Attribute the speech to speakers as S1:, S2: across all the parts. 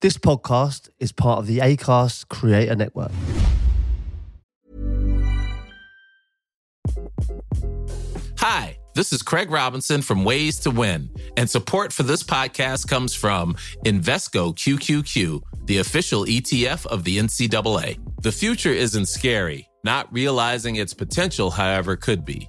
S1: This podcast is part of the Acast Creator Network.
S2: Hi, this is Craig Robinson from Ways to Win, and support for this podcast comes from Invesco QQQ, the official ETF of the NCAA. The future isn't scary, not realizing its potential, however, could be.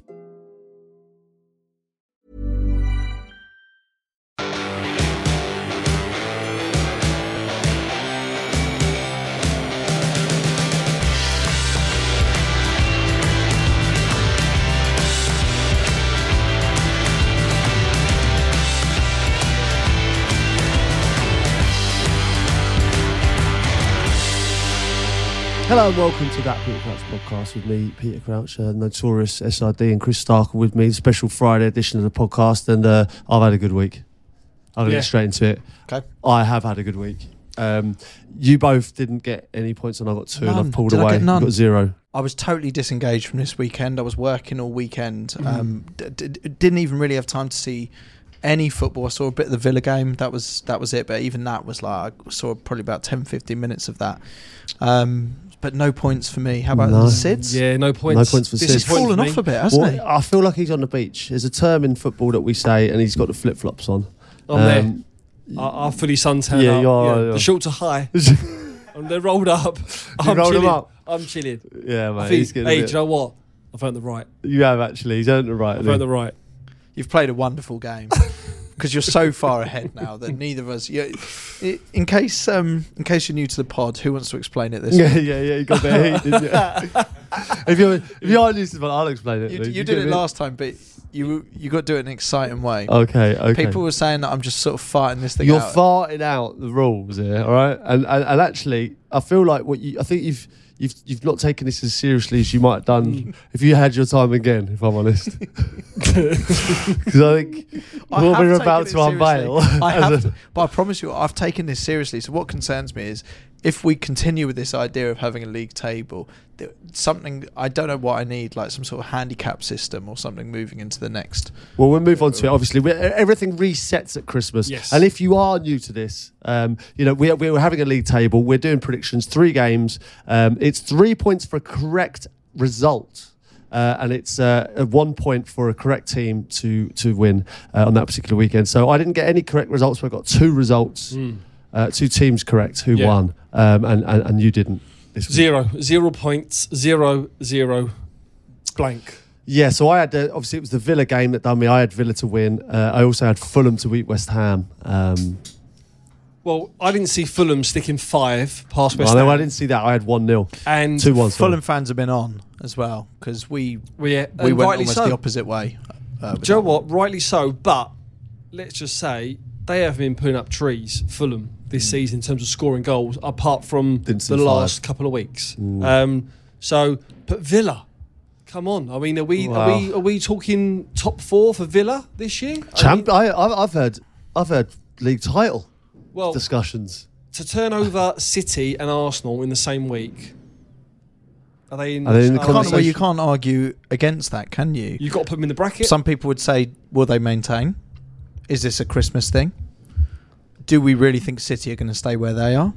S1: Hello and welcome to that Peter Crouch podcast with me, Peter Crouch, uh, notorious SID, and Chris Stark with me. Special Friday edition of the podcast, and uh, I've had a good week. I'm gonna
S3: Yeah.
S1: get straight into it.
S3: Okay.
S1: I have had a good week. Um, you both didn't get any points, and I got two, and
S3: None.
S1: I've pulled
S3: Did I
S1: away.
S3: get
S1: You
S3: none?
S1: got zero.
S3: I was totally disengaged from this weekend. I was working all weekend. Um, d- d- d- didn't even really have time to see any football. I saw a bit of the Villa game. That was that was it. But even that was like I saw probably about 10, 15 minutes of that. Um, but no points for me. How about
S1: No.
S3: the Sids?
S4: Yeah, no points.
S1: points for
S3: This has
S1: Sid.
S3: fallen off a bit, hasn't
S1: Well,
S3: it?
S1: I feel like he's on the beach. There's a term in football that we say, and he's got the flip flops on.
S4: I'm
S1: Um,
S4: there. I, I fully suntan.
S1: Yeah,
S4: up.
S1: you are, you are.
S4: The shorts are high. and they're rolled up. I'm
S1: rolled 'em
S4: chilling.
S1: up?
S4: I'm chilling.
S1: Yeah,
S4: I
S1: mate.
S4: think,
S1: He's
S4: hey,
S1: getting
S4: do
S1: a
S4: you
S1: bit-
S4: know what? I've earned the right.
S1: You have actually. He's earned the right. hasn't
S4: I've
S1: he?
S4: earned the right.
S3: You've played a wonderful game because you're so far ahead now that neither of us. You, i- in case um, in case you're new to the pod, who wants to explain it this?
S1: Yeah, yeah, yeah. You got the heat, didn't you? if you if you are used to it, I'll explain it.
S3: You,
S1: Luke.
S3: you
S1: get
S3: did it
S1: me?
S3: last time, but you you got to do it in an exciting way.
S1: Okay, okay.
S3: People were saying that I'm just sort of farting this thing
S1: You're
S3: out.
S1: farting out the rules here, all right? And, and and actually, I feel like what you I think you've you've you've not taken this as seriously as you might have done if you had your time again. If I'm honest, because I think what
S3: I have
S1: we're
S3: taken
S1: about
S3: it
S1: to unveil.
S3: seriously. I
S1: as
S3: have,
S1: a-
S3: to, but I promise you, I've taken this seriously. So what concerns me is if we continue with this idea of having a league table, th- something I don't know what I need, like some sort of handicap system or something, moving into the next.
S1: Well, we'll move on to it. Obviously, we everything resets at Christmas.
S4: Yes.
S1: And if you are new to this, um, you know we're, we're having a league table. We're doing predictions, three games. Um, it's three points for a correct result, uh, and it's uh, a one point for a correct team to to win uh, on that particular weekend. So I didn't get any correct results, but I got two results, uh, two teams correct who
S4: Hmm. Yeah.
S1: won, um, and, and and you didn't. This week.
S4: Zero. Zero points. Zero, zero, blank.
S1: Yeah, so I had uh, obviously it was the Villa game that done me. I had Villa to win. Uh, I also had Fulham to beat West Ham. Um,
S4: Well, I didn't see Fulham sticking five past West
S1: I know I
S4: Ham.
S1: didn't see that. I had 1 0.
S4: And
S1: 2 1.
S3: Fulham fans have been on as well because we
S4: we, yeah,
S3: we
S4: and
S3: went
S4: rightly
S3: almost
S4: so.
S3: the opposite way. Uh, with
S4: Do you know
S3: that.
S4: what? Rightly so, but let's just say they have been putting up trees, Fulham, this season in terms of scoring goals, apart from
S1: Mm. Didn't see Mm. five.
S4: the last couple of weeks. Um, so, but Villa, come on! I mean, are we
S1: Wow.
S4: are we are we talking top four for Villa this year?
S1: Champ, I, I, I've heard I've heard league title
S4: I mean, well,
S1: discussions.
S4: to turn over City and Arsenal in the same week, are they in?
S1: Are they in the
S3: You can't, well, you
S1: conversation?
S3: can't argue against that, can you?
S4: You've got to put them in the bracket.
S3: Some people would say, will they maintain? Is this a Christmas thing? Do we really think City are going to stay where they are?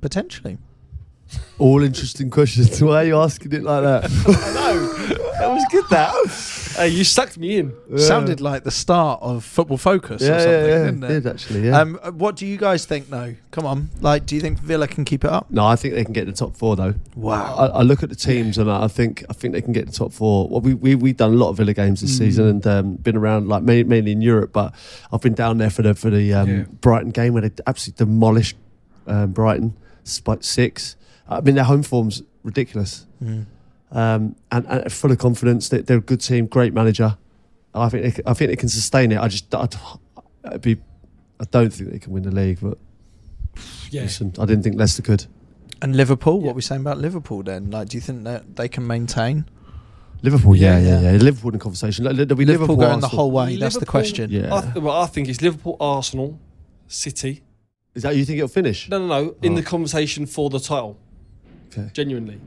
S3: Potentially.
S1: All interesting questions. Why are you asking it like that?
S4: that was good. That hey, you sucked me in.
S3: Sounded like the start of Football Focus or
S1: yeah,
S3: something,
S1: yeah, yeah.
S3: didn't it?
S1: It did actually, yeah.
S3: Um, what do you guys think, though? Come on. Like, do you think Villa can keep it up?
S1: no, I think they can get in the top four, though.
S3: Wow.
S1: I, I look at the teams and I I think I think they can get in the top four. Well, we, we, we've done a lot of Villa games
S4: Mm.
S1: this season and um, been around like ma- mainly in Europe, but I've been down there for the, for the um,
S4: Yeah.
S1: Brighton game where they absolutely demolished um, Brighton by six. I mean, their home form's ridiculous.
S4: Mm.
S1: um, and, and full of confidence. That they're a good team, great manager. I think they, c- I think they can sustain it. I just I, would be I don't think they can win the league, but
S4: Yeah.
S1: listen, I didn't think Leicester could.
S3: And Liverpool? What are we saying about Liverpool then? Like, do you think that they can maintain?
S1: Liverpool, yeah,
S3: Yeah,
S1: yeah, yeah.
S3: yeah.
S1: Liverpool in conversation. Like, there'll be Liverpool,
S3: Liverpool, going the
S1: Arsenal.
S3: whole way. That's the
S4: Liverpool-
S3: question.
S1: Yeah.
S4: I th- well, I think it's Liverpool, Arsenal, City,
S1: Is that you think it'll finish?
S4: No, no, no. In the conversation for the title,
S1: Okay.
S4: genuinely.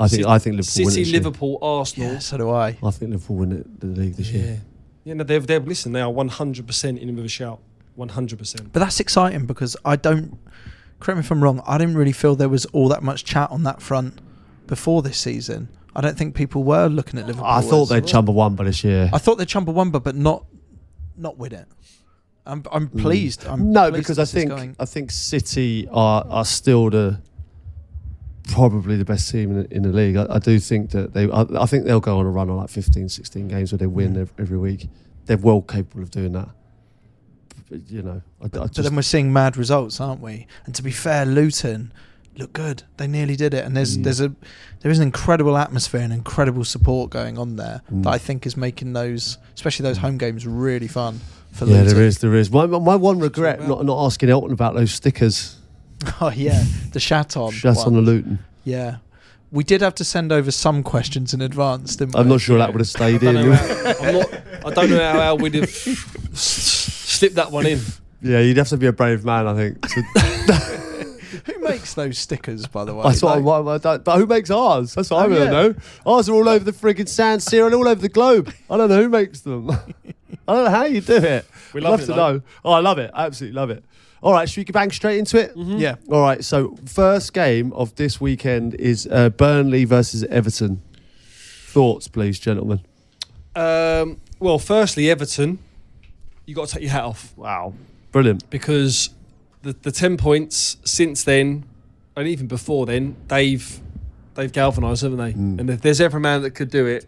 S1: I think I think Liverpool. win it
S4: City,
S1: this year.
S4: Liverpool, Arsenal.
S3: Yeah, so do I.
S1: I think Liverpool win it, the league this year.
S4: Yeah, no, they've, they've listen. They are one hundred percent in with a shout. One hundred percent.
S3: But that's exciting because I don't. Correct me if I'm wrong. I didn't really feel there was all that much chat on that front before this season. I don't think people were looking at Liverpool.
S1: I thought
S3: as-
S1: they'd chumba one by this year.
S3: I thought they'd Chumbawamba, but not not win it. I'm I'm pleased. I'm
S1: Mm. no,
S3: pleased
S1: because I
S3: this is
S1: think
S3: going.
S1: I think City are are still the probably the best team in, in the league. I, I do think that they. I, I think they'll go on a run of like 15, 16 games where they win ev- every week. They're well capable of doing that. But, you know, I, I
S3: So
S1: just
S3: then we're seeing mad results, aren't we? And to be fair, Luton look good. They nearly did it, and there's
S1: Mm.
S3: there's a there is an incredible atmosphere and incredible support going on there
S1: Mm.
S3: that I think is making those, especially those home games, really fun for
S1: yeah,
S3: Luton.
S1: there is, there is. My, my- my one regret not not asking Elton about those stickers.
S3: Oh yeah, the Chaton.
S1: Shut on
S3: one.
S1: the Luton.
S3: Yeah, we did have to send over some questions in advance, didn't we?
S1: I'm not sure that would have stayed
S4: I don't, know
S1: in.
S4: how, I'm not, I don't know how, how we'd have slipped that one in.
S1: Yeah, you'd have to be a brave man, I think. to-
S3: Who makes those stickers, by the way?
S1: That's what
S3: Like-
S1: I, what I don't. But who makes ours? That's what I
S3: Oh,
S1: really
S3: yeah.
S1: know. Ours are all over the friggin' San Siro and all over the globe. I don't know who makes them. I don't know how you do it.
S4: We
S1: I'd
S4: love it,
S1: to
S4: though.
S1: know. Oh, I love it. I absolutely love it. All right, should we bang straight into it?
S4: Mm-hmm.
S3: Yeah.
S1: All right. So first game of this weekend is uh, Burnley versus Everton. Thoughts, please, gentlemen.
S4: Um, well, firstly, Everton, you got to take your hat off
S1: Wow, brilliant.
S4: because the, the ten points since then, and even before then, they've they've galvanised, haven't they? And if there's ever a man that could do it,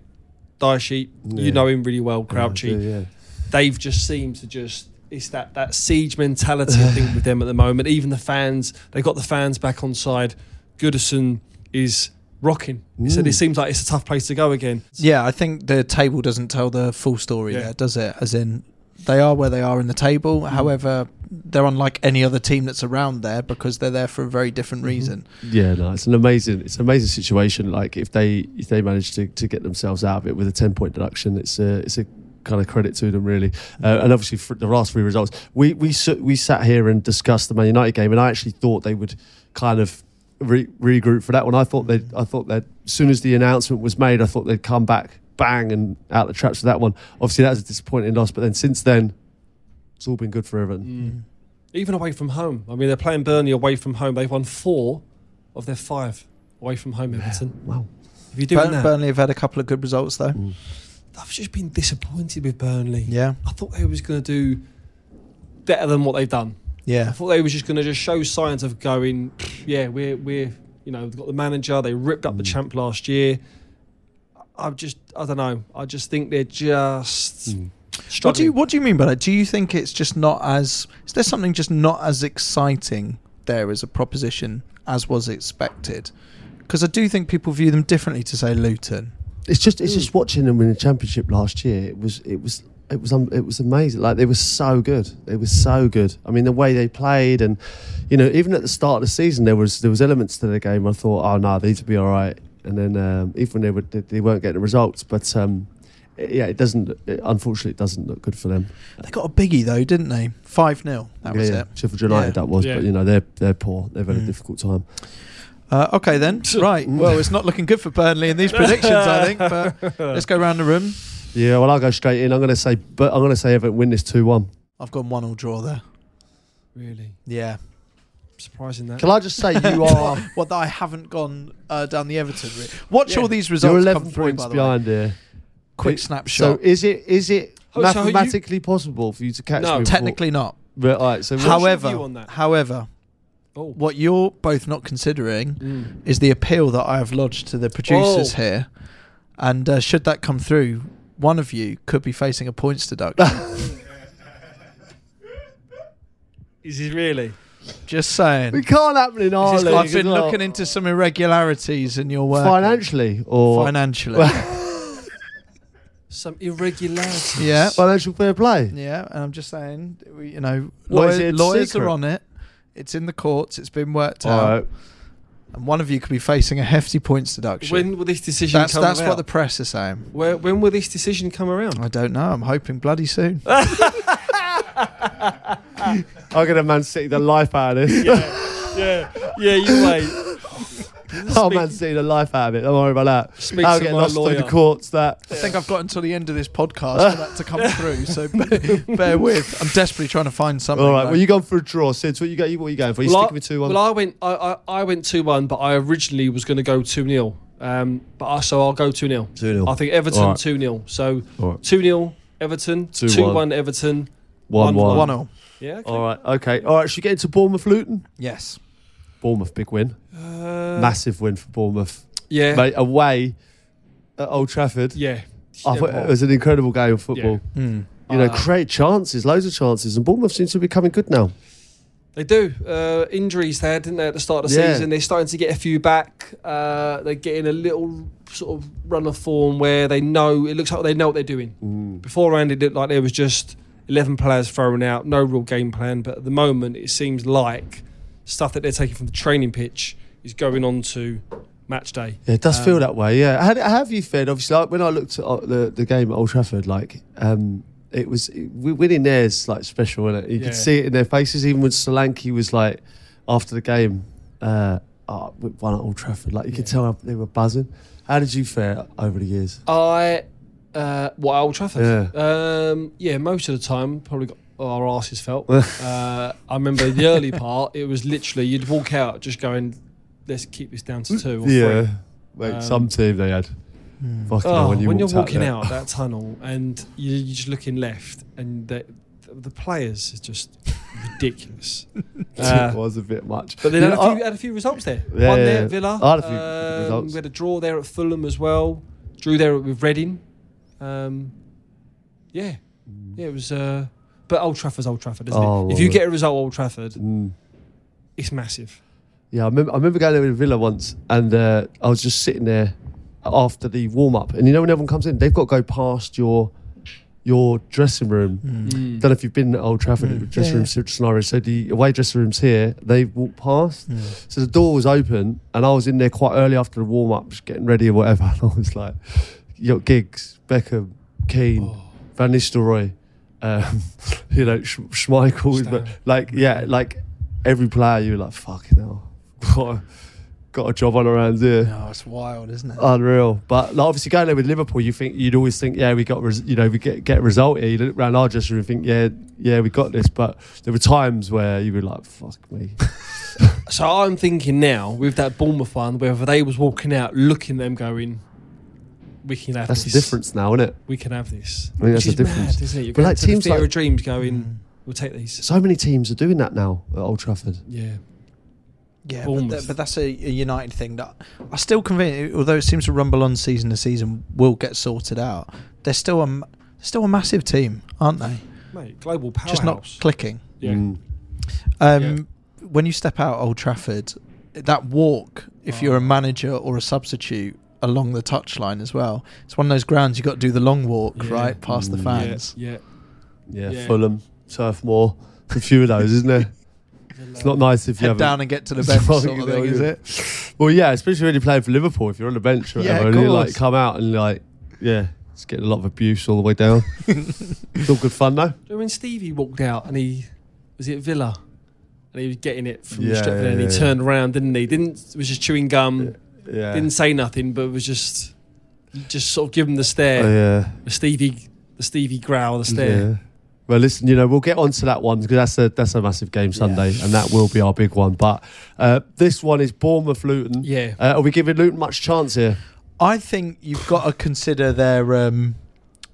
S4: Daishi,
S1: Mm. Yeah.
S4: you know him really well, Crouchy.
S1: Yeah.
S4: they've just seemed to just it's that that siege mentality I think with them at the moment. Even the fans, they got the fans back on side. Goodison is rocking. He said it
S1: Mm.
S4: seems like it's a tough place to go again.
S3: Yeah, I think the table doesn't tell the full story
S4: Yeah. Mm.
S3: there, does it? As in, they are where they are in the table. However, they're unlike any other team that's around there because they're there for a very different
S4: Mm-hmm.
S3: reason.
S1: Yeah, no, it's an amazing, it's an amazing situation. Like if they if they manage to, to get themselves out of it with a ten point deduction, it's a it's a kind of credit to them really. Uh, and obviously for the last three results, we we s- we sat here and discussed the Man United game, and I actually thought they would kind of re- regroup for that one. I thought they I thought that as soon as the announcement was made, I thought they'd come back bang and out the traps for that one. Obviously that was a disappointing loss, but then since then, it's all been good for Everton.
S4: Even away from home. I mean, they're playing Burnley away from home. They've won four of their five away from home. Everton.
S1: Wow.
S4: If you're doing
S3: Burn-
S4: that,
S3: Burnley have had a couple of good results though.
S1: Mm.
S4: I've just been disappointed with Burnley.
S3: Yeah,
S4: I thought they was going to do better than what they've done. I
S3: yeah,
S4: thought they were just going to just show signs of going, yeah, we're we're you know they've got the manager. They ripped
S3: Mm.
S4: up the champ last year. I I'm just I don't know. I just think they're just struggling.
S3: Mm. What do you What do you mean by that? Do you think it's just not as is there something just not as exciting there as a proposition as was expected? Because I do think people view them differently to say Luton.
S1: It's just it's
S3: Mm.
S1: just watching them win the championship last year. It was it was it was um, it was amazing. Like they were so good. They were
S3: Mm.
S1: so good. I mean the way they played and you know even at the start of the season there was there was elements to the game. I thought oh no these will be all right. And then um, even when they were they, they weren't getting the results, but um, it- yeah, it doesn't. It, unfortunately, it doesn't look good for them.
S3: They got a biggie though, didn't they? Five 0 That
S1: yeah,
S3: was
S1: yeah.
S3: it.
S1: Sheffield United
S3: Yeah. Mm.
S1: that was,
S4: Yeah.
S1: but you know they're they're poor. They've had a difficult time.
S3: Uh, okay then, right. Well, it's not looking good for Burnley in these predictions, I think. But let's go round the room.
S1: Yeah, well I'll go straight in. I'm going to say, but I'm going to say Everton win this two one.
S3: I've gone one all draw there.
S4: really
S3: Yeah.
S4: surprising that?
S1: Can I just say you are.
S3: Well, that I haven't gone uh, down the Everton route. Watch
S4: Yeah.
S3: all these
S1: You're
S3: results come
S1: 11
S3: through.
S1: points
S3: By the way.
S1: behind here.
S3: Quick
S1: It- So
S3: snapshot.
S1: is it is it
S4: Oh, so you-
S1: mathematically possible for you to catch me?
S4: No.
S1: before-
S3: Technically not.
S1: But, all right, so
S4: How-
S1: what,
S4: your
S3: However,
S4: view on that?
S3: however,
S4: Oh.
S3: what you're both not considering
S4: Mm.
S3: is the appeal that I have lodged to the producers here, and uh, should that come through, one of you could be facing a points deduction.
S4: Is he really?
S3: Just saying.
S1: it can't happen in
S4: this
S1: Ireland.
S3: I've been
S1: as well.
S3: looking into some irregularities in your work.
S1: financially or
S3: Financially.
S4: Some irregularities.
S3: yeah.
S1: financial fair play.
S3: Yeah. And I'm just saying, we- you know,
S1: What, is
S3: lawyer-
S1: it a
S3: lawyers
S1: secret?
S3: are on it. It's in the courts. It's been worked
S1: All
S3: out.
S1: right.
S3: And one of you could be facing a hefty points deduction.
S4: When will this decision
S3: that's
S4: come
S3: that's
S4: about?
S3: what the press is saying.
S4: Where, when will this decision come around?
S3: Ah. I don't know. I'm hoping bloody soon.
S1: I'm going to Man City the life out of this.
S4: yeah, yeah, you wait.
S1: Oh, Man City the life out of it. Don't worry about that.
S4: Speak
S1: I'll
S4: to
S1: get
S4: my
S1: lost through the
S4: lawyer.
S1: courts. That
S3: I think I've got until the end of this podcast for that to come through. So bear, bear with. I'm desperately trying to find something.
S1: all right.
S3: though.
S1: Well, you gone for a draw, Sid. What you got? What are you going for? You sticking with two one?
S4: Well, I went. I, I, I went two one, but I originally was going to go two 0 um, But I, so I'll go two 0
S1: 2-0.
S4: I think Everton
S1: Alright.
S4: two 0 So
S1: Alright.
S4: two 0 Everton.
S1: 2-1.
S4: Two one Everton.
S1: one
S4: one.
S3: one all.
S4: Yeah. Okay.
S1: All right. Okay. All right. Should we get into Bournemouth Luton?
S3: Yes.
S1: Bournemouth big win.
S4: Uh,
S1: Massive win for Bournemouth.
S4: Yeah.
S1: Mate, away at Old Trafford.
S4: Yeah.
S1: I thought uh, it was an incredible game of football.
S3: Hmm.
S1: You know,
S4: Uh,
S1: create chances, loads of chances, and Bournemouth seems to be coming good now.
S4: They do. Uh, injuries there, didn't they, at the start of the
S1: Yeah.
S4: season? They're starting to get a few back. Uh, they're getting a little sort of run of form where they know, it looks like they know what they're doing. Beforehand, it looked like there was just 11 players thrown out, no real game plan. But at the moment, it seems like stuff that they're taking from the training pitch is going on to match day.
S1: Yeah, it does
S4: Um,
S1: feel that way. Yeah, how, how have you fared? Obviously, like when I looked at uh, the the game at Old Trafford, like um, it was we winning there is like special, isn't it? You
S4: Yeah.
S1: could see it in their faces. Even when Solanke was like after the game, uh, oh, we won at Old Trafford, like you could tell they were buzzing. How did you fare over the years?
S4: I, uh, what, Old Trafford?
S1: Yeah.
S4: Um, yeah, most of the time, probably got our asses felt. uh, I remember the early part, it was literally, you'd walk out just going, let's keep this down to two or three.
S1: Mate,
S4: Um,
S1: some team they had. Fucking hell,
S4: Oh, when,
S1: you
S4: you're
S1: walked out
S4: walking
S1: there.
S4: out, that tunnel and you, you're just looking left and the, the players is just ridiculous. Uh,
S1: it was a bit much.
S4: But they
S1: You
S4: had,
S1: know,
S4: a
S1: I-
S4: few, had a few results there.
S1: Yeah,
S4: One
S1: yeah,
S4: there
S1: yeah.
S4: at Villa.
S1: I had a few good
S4: um,
S1: results.
S4: We had a draw there at Fulham as well. Drew there with Reading. Um, yeah. Yeah, it was. Uh, but Old Trafford's Old Trafford, isn't
S1: Oh,
S4: it? If
S1: well,
S4: you
S1: yeah.
S4: get a result at Old Trafford,
S1: Mm.
S4: it's massive.
S1: Yeah, I remember, I remember going to Villa once, and uh, I was just sitting there after the warm up. And you know, when everyone comes in, they've got to go past your your dressing room. Don't know if you've been at Old Trafford dressing room se- scenario. So the away dressing rooms here, they walk past. So the door was open, and I was in there quite early after the warm up, just getting ready or whatever. And I was like, you got gigs, Beckham, Keane, Van Nistelrooy, um, you know, Sch- Schmeichel, but like, yeah, like every player, you were like, fucking hell, got a, got a job on our hands here.
S3: Oh, it's wild, isn't
S1: Uh,
S3: it?
S1: Unreal, but like, obviously going there with Liverpool, you think you'd always think, yeah, we got, res- you know, we get get a result here. You look around our dressing room, and think, yeah, yeah, we got this. But there were times where you were like, fuck me,
S4: So I'm thinking now with that Bournemouth one, whether they was walking out looking at them going, we can have
S1: that's the
S4: this.
S1: difference now, isn't it?
S4: We can have this.
S1: I think that's
S4: Which
S1: the
S4: is
S1: difference.
S4: mad, isn't it? You're
S1: But,
S4: going
S1: like,
S4: to the
S1: teams
S4: theatre
S1: like- Mm.
S4: of dreams going,
S3: Hmm.
S4: we'll take these.
S1: So many teams are doing that now at Old Trafford.
S4: Yeah.
S3: Yeah, but,
S4: Bournemouth.
S3: th- but that's a, a United thing that I still convinced. Although it seems to rumble on season to season, will get sorted out. They're still a m- still a massive team, aren't they?
S4: Mate, global powerhouse.
S3: Just not clicking.
S4: yeah.
S1: Mm.
S3: Um, When you step out Old Trafford, that walk, if you're a manager or a substitute along the touchline as well, it's one of those grounds you've got to do the long walk,
S4: Yeah.
S3: right, past the
S4: Yeah,
S3: fans.
S4: yeah.
S1: Yeah,
S4: Yeah.
S1: Fulham, Turf Moor, a few of those, isn't there? It's not nice if you
S3: Head
S1: haven't.
S3: down and get to the bench,
S1: Sorry,
S3: sort of thing,
S1: no,
S3: is
S1: yeah.
S3: it?
S1: Well, yeah, especially when you're playing for Liverpool. If you're on the bench or
S3: Yeah,
S1: whatever,
S3: of
S1: and you like
S3: course.
S1: come out and like, yeah, it's getting a lot of abuse all the way down. it's all good fun though.
S4: Remember When Stevie walked out and he was it Villa, and he was getting it from the
S1: Yeah,
S4: strip,
S1: yeah,
S4: and he
S1: yeah.
S4: turned around, didn't he? Didn't was just chewing gum,
S1: Yeah.
S4: didn't say nothing, but was just just sort of giving the
S1: Oh,
S4: stare,
S1: yeah.
S4: the Stevie, the Stevie growl, the stare.
S1: Yeah. Well, listen, you know we'll get on to that one because that's a that's a massive game Sunday, and that will be our big one. But uh, this one is Bournemouth Luton.
S4: Yeah.
S1: Uh, are we giving Luton much chance here?
S3: I think you've got to consider their um,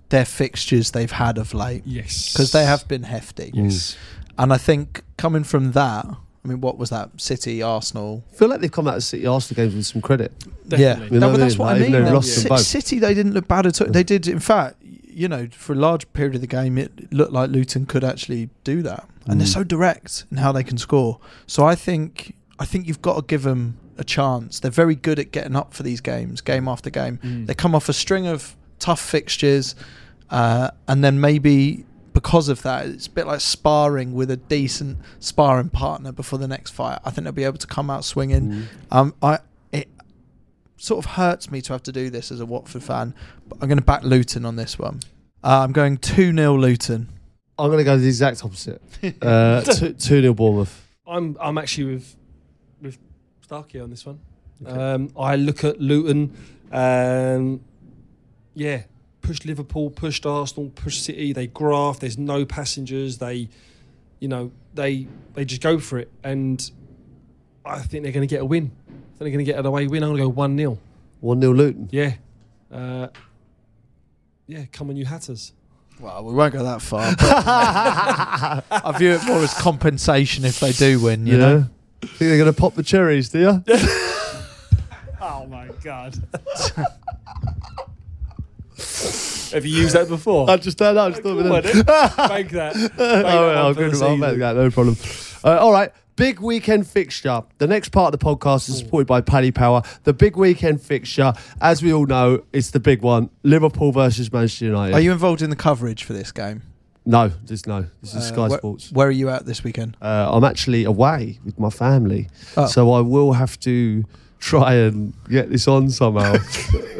S3: their fixtures they've had of late
S4: Yes,
S3: because they have been hefty.
S1: Yes.
S3: And I think coming from that, I mean, what was that? City, Arsenal.
S1: I feel like they've come out of City Arsenal games with some credit.
S4: Definitely.
S1: You
S3: Yeah,
S1: know
S3: no, but
S1: what I
S3: that's
S1: mean?
S3: what
S1: Like,
S3: I
S1: even
S3: mean.
S1: though they've
S3: though.
S1: lost them
S3: Ci-
S1: both.
S3: City, they didn't look bad at all. They did, in fact, you know, for a large period of the game, it looked like Luton could actually do that. And
S1: Mm.
S3: they're so direct in how they can score. So I think, I think you've got to give them a chance. They're very good at getting up for these games, game after game. They come off a string of tough fixtures, uh, and then maybe because of that, it's a bit like sparring with a decent sparring partner before the next fight. I think they'll be able to come out swinging. Um, I it sort of hurts me to have to do this as a Watford fan, but I'm going to back Luton on this one. Uh, I'm going two 0 Luton.
S1: I'm going to go the exact opposite. Uh, two, two nil Bournemouth.
S4: I'm I'm actually with with Starkey on this one. Um, I look at Luton. Um, yeah, pushed Liverpool, pushed Arsenal, pushed City. They graft. There's no passengers. They, you know, they they just go for it, and I think they're going to get a win. I think they're going to get an away win. I'm going to go one 0
S1: One 0 Luton.
S4: Yeah, uh, yeah. Come on, you Hatters.
S3: Well, we won't go that far. But I view it more as compensation if they do win. You
S1: You
S3: know,
S1: know, think they're going to pop the cherries, do you?
S4: Oh my god. Have you used that before?
S1: I just don't know. I'm still
S4: Come on,
S1: with
S4: eh? Make that. Make that
S1: All right,
S4: one
S1: I'll
S4: for
S1: Oh,
S4: the
S1: good. I'll make
S4: season.
S1: that. No problem. Uh, all right. Big weekend fixture. The next part of the podcast is supported by Paddy Power. The big weekend fixture, as we all know, it's the big one: Liverpool versus Manchester United.
S3: are you involved in the coverage for this game?
S1: No, there's no. This is
S3: Uh,
S1: Sky
S3: where-
S1: Sports.
S3: Where are you at this weekend?
S1: Uh, I'm actually away with my family,
S3: Oh.
S1: so I will have to try and get this on somehow. Uh,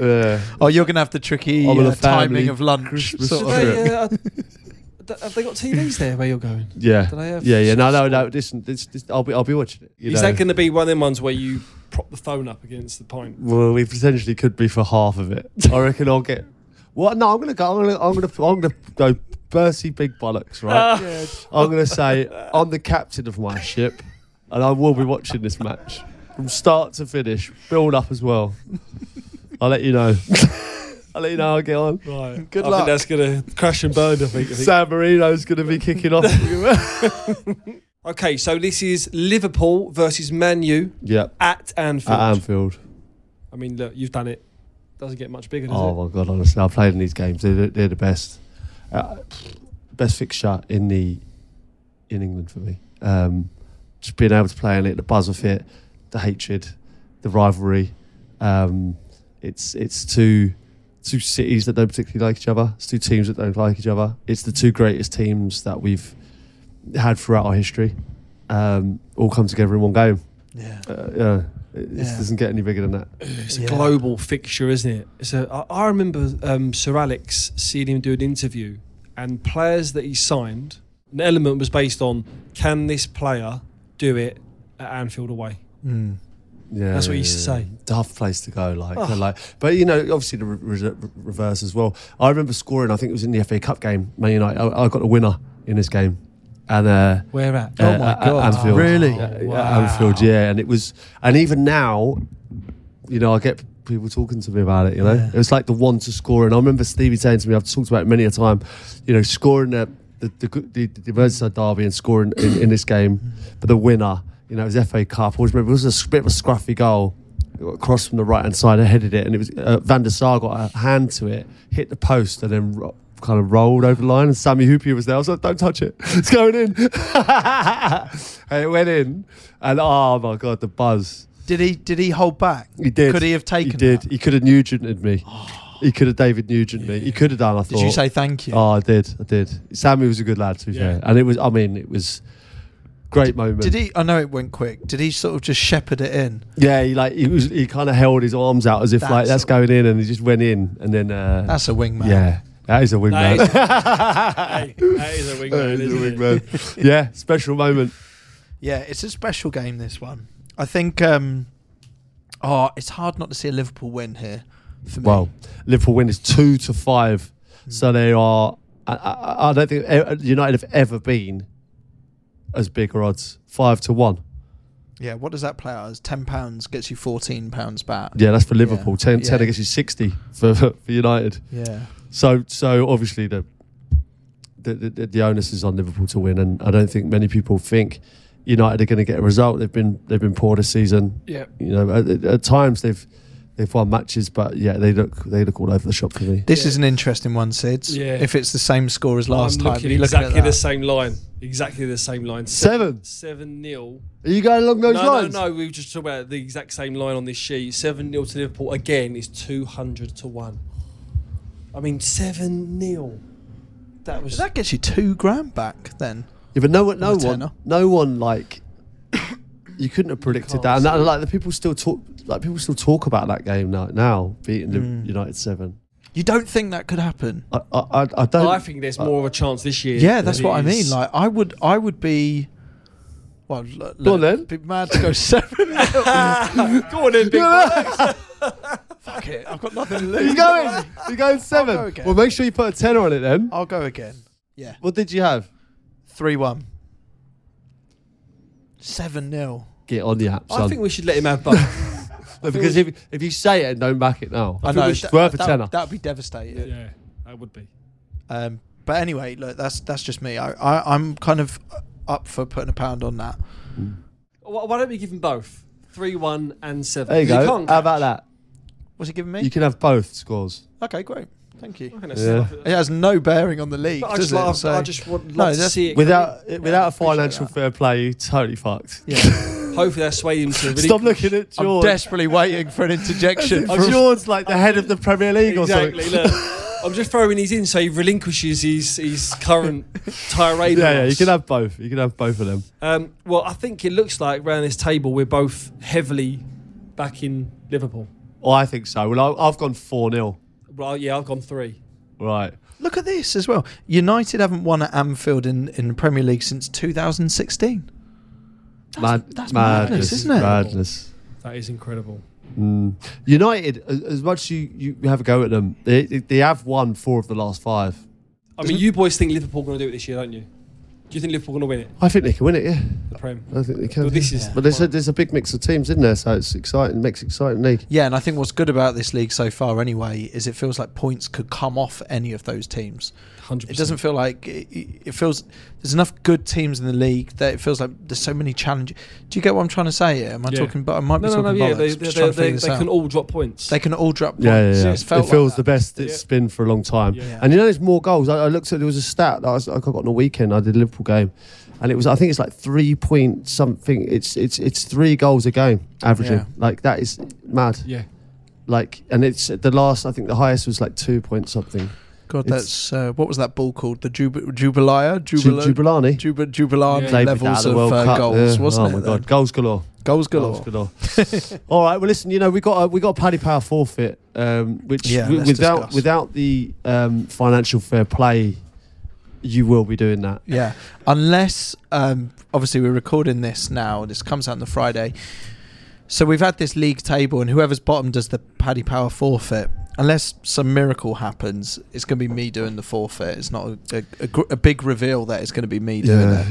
S1: yeah.
S3: Oh, you're going to have the tricky
S1: I'm in a
S3: uh, timing
S1: family
S3: of lunch.
S1: Christmas
S3: Sort
S4: Do
S3: of.
S1: trip.
S4: they, uh, d- have they got TVs there where you're going?
S1: Yeah.
S4: Did I have
S1: yeah, yeah, no, no,
S4: some sort-
S1: no. This, this, this, I'll be, I'll be watching it. you
S4: Is
S1: know.
S4: that going to be one of them ones where you prop the phone up against the point?
S1: Well, we potentially could be for half of it. I reckon I'll get. Well, no, I'm gonna go. I'm gonna, I'm gonna, I'm gonna go. Bursty big bollocks, right? I'm gonna say I'm the captain of my ship, and I will be watching this match from start to finish, build up as well. I'll let you know. I'll let you know how I get on.
S4: Right.
S3: Good
S4: I
S3: luck.
S4: think that's going to crash and burn. I think. I think.
S1: San Marino's gonna be kicking off.
S4: okay, so this is Liverpool versus Man U
S1: yep,
S4: at Anfield.
S1: at Anfield.
S4: I mean, look, you've done it. Doesn't get much bigger, does it?
S1: Oh my god, honestly, I've played in these games. They're, the- they're the best, uh, best fixture in the in England for me. Um, just being able to play in it, the buzz of it, the hatred, the rivalry. Um, it's it's two two cities that don't particularly like each other. It's two teams that don't like each other. It's the two greatest teams that we've had throughout our history. Um, all come together in one game.
S3: Yeah.
S1: Uh, yeah, it, it
S3: Yeah.
S1: doesn't get any bigger than that.
S4: It's a
S3: Yeah.
S4: global fixture, isn't it? It's a, I, I remember um, Sir Alex seeing him do an interview, and players that he signed, an element was based on can this player do it at Anfield away?
S3: Mm.
S1: Yeah,
S4: That's what he used to
S1: yeah, yeah.
S4: say.
S1: Tough place to go, like,
S4: Oh.
S1: like. But you know, obviously the re- re- re- reverse as well. I remember scoring. I think it was in the FA Cup game. Man United. I, I got the winner in this game, and uh,
S4: Where at?
S1: uh,
S3: Oh my
S1: at- at
S3: God.
S1: Anfield.
S3: Really?
S1: Uh, at
S4: Wow.
S1: Anfield. Yeah, and it was. And even now, you know, I get people talking to me about it. You know,
S3: Yeah.
S1: it was like the one to score. And I remember Stevie saying to me, I've talked about it many a time. You know, scoring the the the, good- the, the Merseyside derby and scoring in, in this game, but the winner. You know, it was FA Cup. I always remember it was a s- bit of a scruffy goal. It got Across from the right hand side, I headed it, and it was uh, Van der Sar got a hand to it, hit the post, and then ro- kind of rolled over the line. And Sammy Hoopier was there. I was like, "Don't touch it, it's going in." and it went in, and oh my god, the buzz!
S3: Did he? Did he hold back?
S1: He did.
S3: Could he have taken?
S1: He did.
S3: that? Oh.
S1: He could have Nugent me. He could have David Nugent me. He could have done. I thought.
S3: Did you say thank you?
S1: Oh, I did. I did. Sammy was a good lad, to be fair,
S4: Yeah.
S1: and it was. I mean, it was great moment.
S3: Did he? I know it went quick. Did he sort of just shepherd it in?
S1: Yeah, he like he was. He kind of held his arms out as if like
S3: That's-
S1: that's going in, and he just went in, and then. Uh,
S3: That's a wingman.
S1: yeah, that is a
S4: That
S1: wingman.
S4: is, hey, that is a
S1: That
S4: wingman,
S1: is a
S4: isn't it?
S1: wingman. yeah, special moment.
S3: Yeah, it's a special game this one. I think um oh, it's hard not to see a Liverpool win here for me.
S1: Well, Liverpool win is two to five, so they are. I, I, I don't think e- United have ever been as big or odds five to one.
S3: yeah, what does that play out as? 10 pounds gets you 14 pounds back.
S1: Yeah, that's for Liverpool.
S3: Yeah.
S1: 10, 10
S3: Yeah.
S1: I guess is sixty for, for United.
S3: Yeah.
S1: So so obviously the the, the the onus is on Liverpool to win, and I don't think many people think United are going to get a result. They've been they've been poor this season.
S4: Yeah.
S1: You know, at- at, at times they've they've won matches, but yeah, they look they look all over the shop for me.
S3: This
S4: Yeah.
S3: is an interesting one, Sids.
S4: Yeah.
S3: If it's the same score as last
S4: I'm
S3: time.
S4: looking
S3: you look
S4: exactly
S3: at
S4: the
S3: that.
S4: same line. Exactly the same line.
S1: Seven.
S4: Seven nil.
S1: Are you going along those
S4: No,
S1: lines?
S4: no, no. We were just talking about the exact same line on this sheet. Seven 0 to Liverpool again is two hundred to one. I mean, seven 0 That was
S3: that gets you two grand back then.
S1: Yeah, but no one, no
S3: On the
S1: one,
S3: tenner.
S1: no one like. You couldn't have predicted
S4: can't
S1: that, and that,
S4: see.
S3: Mm.
S1: like the people still talk, like people still talk about that game now. Now beating the United seven,
S3: You don't think that could happen?
S1: I, I, I- I
S3: Oh,
S1: don't.
S4: I think there's more of a chance this year.
S3: yeah,
S4: than
S3: that's
S4: it
S3: what I mean.
S4: is-
S3: Like I would, I would be. Well, look,
S1: Go on
S3: look,
S1: then.
S3: be mad to go seven.
S4: go on then, big
S3: Fuck it, I've got nothing to lose.
S1: you going? You going seven?
S3: go again.
S1: well, make sure you put a tenner on it then.
S3: I'll go again. Yeah,
S1: What did you have?
S3: three one. Seven 0
S1: Get on the app, son.
S4: I think we should let him have both.
S1: No, because if if you say it and don't back it now,
S3: I
S1: I
S3: know
S1: think it's worth a tenner.
S3: That would be devastating.
S4: yeah, that would be.
S3: Um, but anyway, look, that's that's just me. I, I I'm kind of up for putting a pound on that.
S4: Why why don't we give them both? Three, one, and seven.
S1: there you go.
S4: can't
S1: How
S4: catch.
S1: about that?
S3: What's it giving me?
S1: You can have both scores.
S3: okay, great. Thank you.
S4: I think that's-
S1: Yeah.
S3: It has no bearing on the league.
S4: But I
S3: does
S4: just,
S3: it?
S4: love,
S3: So-
S4: I just would
S3: No,
S4: love to
S3: that's-
S4: see it.
S1: Without without a financial
S3: that.
S1: fair play, you totally fucked.
S4: Hopefully, that swayed him to really.
S1: Stop looking at
S3: I'm
S1: George.
S3: desperately waiting for an interjection.
S1: Oh, George, like the head of the Premier League or
S4: Exactly.
S1: something.
S4: Look, I'm just throwing these in so he relinquishes his his current tirade. on
S1: Yeah, yeah,
S4: us.
S1: you can have both. You can have both of them.
S4: Um, well, I think it looks like round this table we're both heavily back in Liverpool.
S1: Oh, I think so. Well, I, I've gone 4 0.
S4: Well, yeah, I've gone three.
S1: Right.
S3: Look at this as well. United haven't won at Anfield in, in the Premier League since 2016.
S1: Mad,
S3: that's madness, isn't it?
S1: Madness.
S4: That is incredible.
S1: United, as, as much as you, you have a go at them, they, they they have won four of the last five.
S4: I mean, you boys think Liverpool going to do it this year, don't you? Do you think Liverpool going to win it?
S1: I think they can win it, yeah.
S4: The Prem.
S1: I think they can.
S4: Well, this is-
S1: but there's a, there's a big mix of teams in there, so it's exciting. Makes exciting league.
S3: Yeah, and I think what's good about this league so far, anyway, is it feels like points could come off any of those teams.
S4: Hundred.
S3: It doesn't feel like it, it feels there's enough good teams in the league that it feels like there's so many challenges. Do you get what I'm trying to say? Here? Am I
S4: Yeah.
S3: talking? But I might be
S4: No, no,
S3: talking
S4: no.
S3: about
S4: Yeah, they,
S3: I'm
S4: they,
S3: just
S4: they,
S3: trying to
S4: they,
S3: figure this
S4: they
S3: out.
S4: can all drop points.
S3: they can all drop points.
S1: Yeah, yeah, yeah.
S3: It's felt
S1: it feels
S3: like
S1: the
S3: that.
S1: best it's been for a long time.
S4: Yeah.
S1: And you know, there's more goals. I, I looked at there was a stat that I, was- I got on the weekend. I did a Liverpool game, and it was I think it's like three point something. It's it's it's three goals a game averaging.
S3: Yeah.
S1: Like that is mad.
S4: yeah.
S1: Like and it's the last. I think the highest was like two point something.
S3: God,
S1: It's-
S3: that's uh, what was that ball called? The Jubil- Jubilia,
S1: Ju-
S3: Jubilo,
S1: Jubilani.
S3: Jubil- Jubilani
S4: Yeah.
S1: Played with that at
S3: levels
S1: the
S3: of
S1: World
S3: uh,
S1: Cup.
S3: goals,
S1: Yeah.
S3: wasn't
S1: oh
S3: it?
S1: my
S3: then?
S1: god, goals galore.
S3: Goals galore.
S1: Goals galore. All right. Well, listen. You know, we got a, we got a Paddy Power forfeit, um, which
S3: Yeah,
S1: w-
S3: let's
S1: without
S3: discuss.
S1: without the um, financial fair play, you will be doing that.
S3: Yeah, unless um, obviously we're recording this now. This comes out on the Friday, so we've had this league table, and whoever's bottom does the Paddy Power forfeit. Unless some miracle happens, it's going to be me doing the forfeit. It's not a, a, a, gr- a big reveal that it's going to be me doing
S1: Yeah,
S3: it.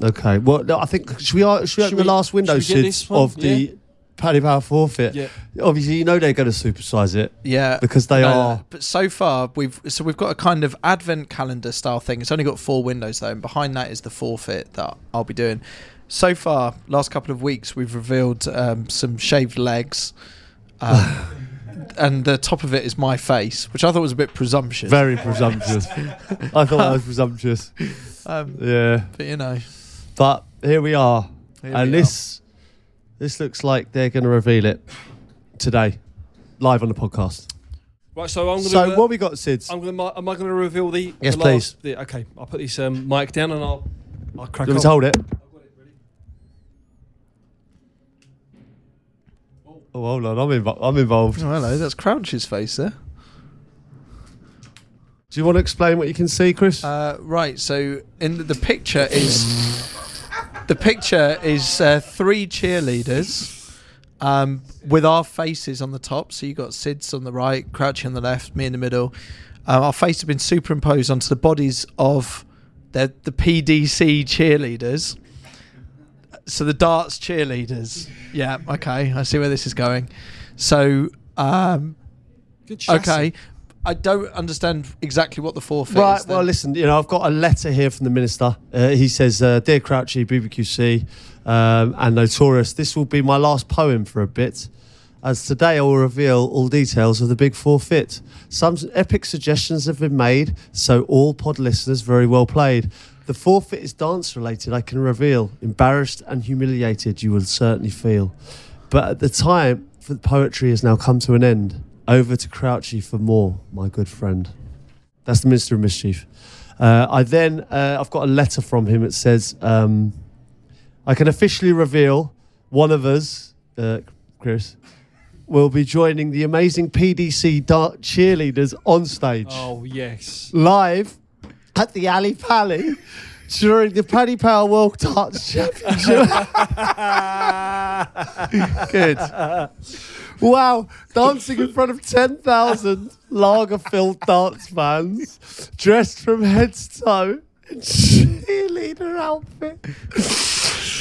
S1: yeah. Okay. Well, no, I think should we should, should
S4: Should
S1: we open the
S4: we-
S1: last window
S4: should we get
S1: Sid,
S4: this one?
S1: of the
S4: Yeah.
S1: Paddy Power forfeit?
S4: Yeah.
S1: Obviously, you know they're going to supersize it
S3: Yeah,
S1: because they
S3: No, no,
S1: are.
S3: no. But so far, we've so we've got a kind of advent calendar style thing. It's only got four windows though, and behind that is the forfeit that I'll be doing. So far, last couple of weeks, we've revealed um, some shaved legs, um, and the top of it is my face, which I thought was a bit presumptuous.
S1: Very presumptuous. I thought that was presumptuous.
S3: um,
S1: Yeah.
S3: but you know,
S1: But here we are,
S3: Here
S1: and
S3: we
S1: this this looks like they're going to reveal it today, live on the podcast.
S4: Right. So I'm going to.
S1: So what we got, Sid?
S4: I'm going. to Am I going to reveal the?
S1: Yes,
S4: the
S1: please.
S4: Last, the, okay, I'll put this um, mic down and I'll. I'll crack
S1: Let's
S4: on.
S1: hold it.
S4: I've got it ready.
S1: Oh, hold on. I'm, invo- I'm involved.
S3: oh, hello, that's Crouch's face there.
S1: Do you want to explain what you can see, Chris?
S3: Uh, right, so in the, the picture is the picture is uh, three cheerleaders um, with our faces on the top. So you got Sid's on the right, Crouchy on the left, me in the middle. Um, our faces have been superimposed onto the bodies of the the PDC cheerleaders. So the darts cheerleaders. Yeah, okay, I see where this is going. So um,
S4: Good chassis.
S3: okay. I don't understand exactly what the forfeit
S1: Right.
S3: is. then.
S1: Well, listen. You know, I've got a letter here from the minister. Uh, he says, uh, "Dear Crouchy, BBQC, um, and Notorious, this will be my last poem for a bit, as today I will reveal all details of the big forfeit. Some epic suggestions have been made, so all pod listeners very well played." The forfeit is dance related, I can reveal. Embarrassed and humiliated, you will certainly feel. But at the time, the poetry has now come to an end. Over to Crouchy for more, my good friend. That's the Minister of Mischief. Uh, I then uh, I've got a letter from him. It says, um, "I can officially reveal one of us, uh, Chris, will be joining the amazing PDC Dart cheerleaders on stage
S4: Oh yes.
S1: live at the Alley Pally during the Paddy Power World Darts Championship. Good. Wow, dancing in front of 10,000 lager-filled darts fans, dressed from head to toe in cheerleader outfit.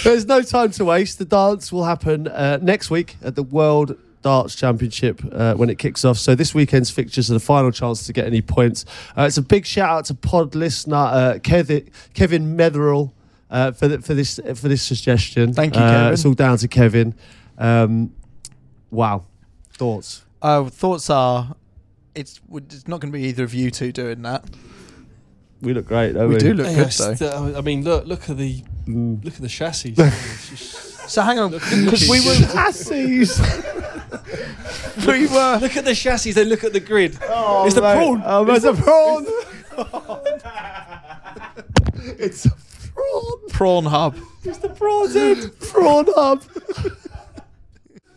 S1: There's no time to waste. The dance will happen uh, next week at the World Darts Championship uh, when it kicks off. So this weekend's fixtures are the final chance to get any points. Uh, it's a big shout out to pod listener uh, Kevin, Kevin Metherell uh, for, th- for this for this suggestion.
S3: Thank you,
S1: Uh,
S3: Kevin.
S1: It's all down to Kevin. Um, wow, thoughts.
S3: Uh, thoughts are, it's it's not going to be either of you two doing that.
S1: We look great. Don't
S3: We do look good
S4: Yes,
S3: though. Mm.
S4: th- I mean, look, look at the, look at the chassis.
S3: So hang on, because we
S4: looking
S3: were
S1: Chassis.
S3: we were
S4: look at the chassis. Then look at the grid. Oh, it's the
S1: mate.
S4: prawn.
S1: Oh, it's a prawn. it's a prawn.
S3: prawn hub.
S1: Prawn Prawn hub.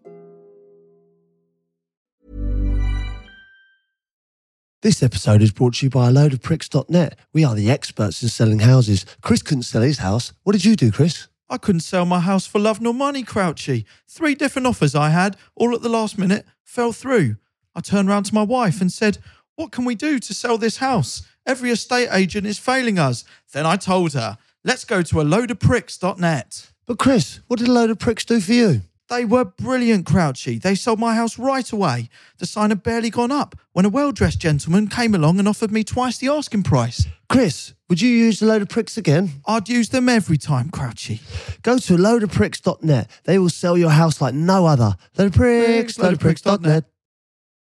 S1: This episode is brought to you by a load of pricks.net. We are the experts in selling houses. Chris couldn't sell his house. What did you do, Chris?
S5: I couldn't sell my house for love nor money, Crouchy. Three different offers I had, all at the last minute, fell through. I turned round to my wife and said, What can we do to sell this house? Every estate agent is failing us. Then I told her, let's go to a load of pricks.net.
S6: But Chris, what did a load of pricks do for you?
S5: They were brilliant, Crouchy. They sold my house right away. The sign had barely gone up when a well dressed gentleman came along and offered me twice the asking price.
S6: Chris, would you use a load of pricks again?
S5: I'd use them every time, Crouchy.
S6: Go to loadofpricks.net. They will sell your house like no other. Load of pricks, load of pricks.net.